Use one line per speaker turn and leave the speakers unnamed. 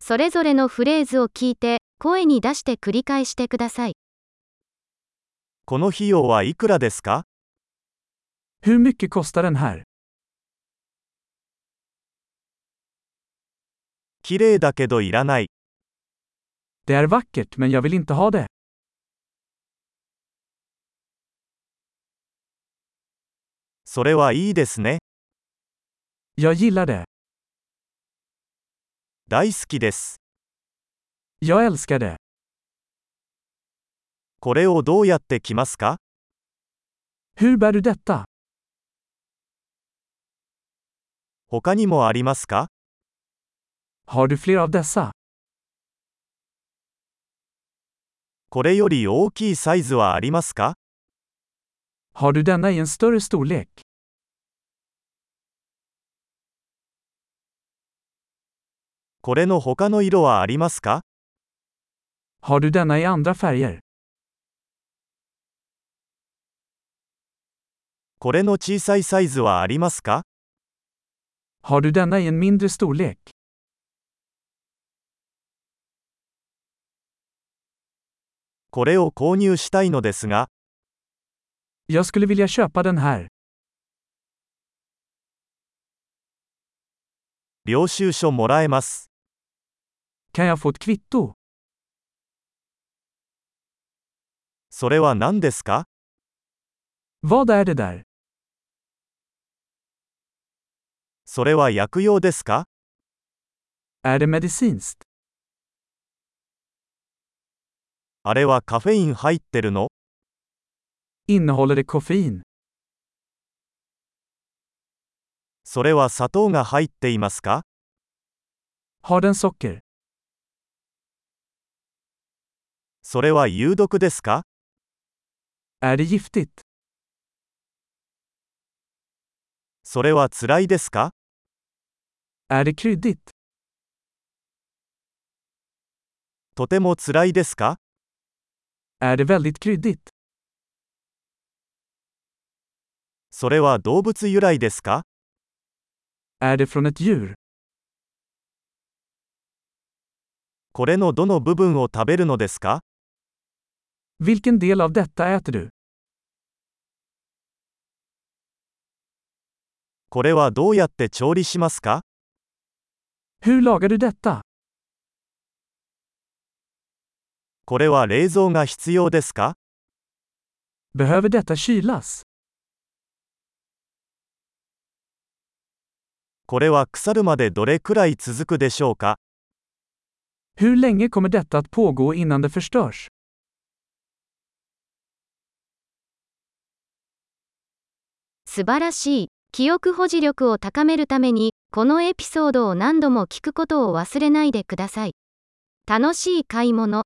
それぞれのフレーズを聞いて、声に出して繰り返してください。
この費用はいくらですか
Hur mycket kostar den här?
綺麗だけどいらない。
Det är vackert men jag vill inte ha det.
それはいいですね。
Jag gillar det.
大好きです。
Jag älskar det.
これをどうやって着ますか
Hur bär du detta?
他にもありますか
Har du fler av dessa?
これより大きいサイズはありますか
Har du denna i en större storlek?
これの他の色はありますか
Har du denna i andra färger?
これの小さいサイズはありますか
Har du denna i en mindre storlek?
これを購入したいのですが、
Jag skulle vilja köpa den här.
領収書もらえます。
Kan jag få ett kvitto?
それは何ですか
Vad är det där?
それは薬用ですか
Är det medicinskt?
あれはカフェイン入ってるの
Innehåller det koffein?
それは砂糖が入っていますか
Har den socker?
それは有毒ですか
Är det giftigt?
それは辛いですか
Är det kryddigt?
とても辛いですか
Är det väldigt kryddigt?
それは動物由来ですか
Är det från ett djur?
これのどの部分を食べるのですか
Vilken del av detta äter du?
これはどうやって調理しますか
Hur lagar du detta?
これは冷蔵が必要ですか
Behöver detta kylas?
これは腐るまでどれくらい続くでしょうか
Hur länge kommer detta att pågå innan det förstörs?
素晴らしい。記憶保持力を高めるために、このエピソードを何度も聞くことを忘れないでください。楽しい買い物。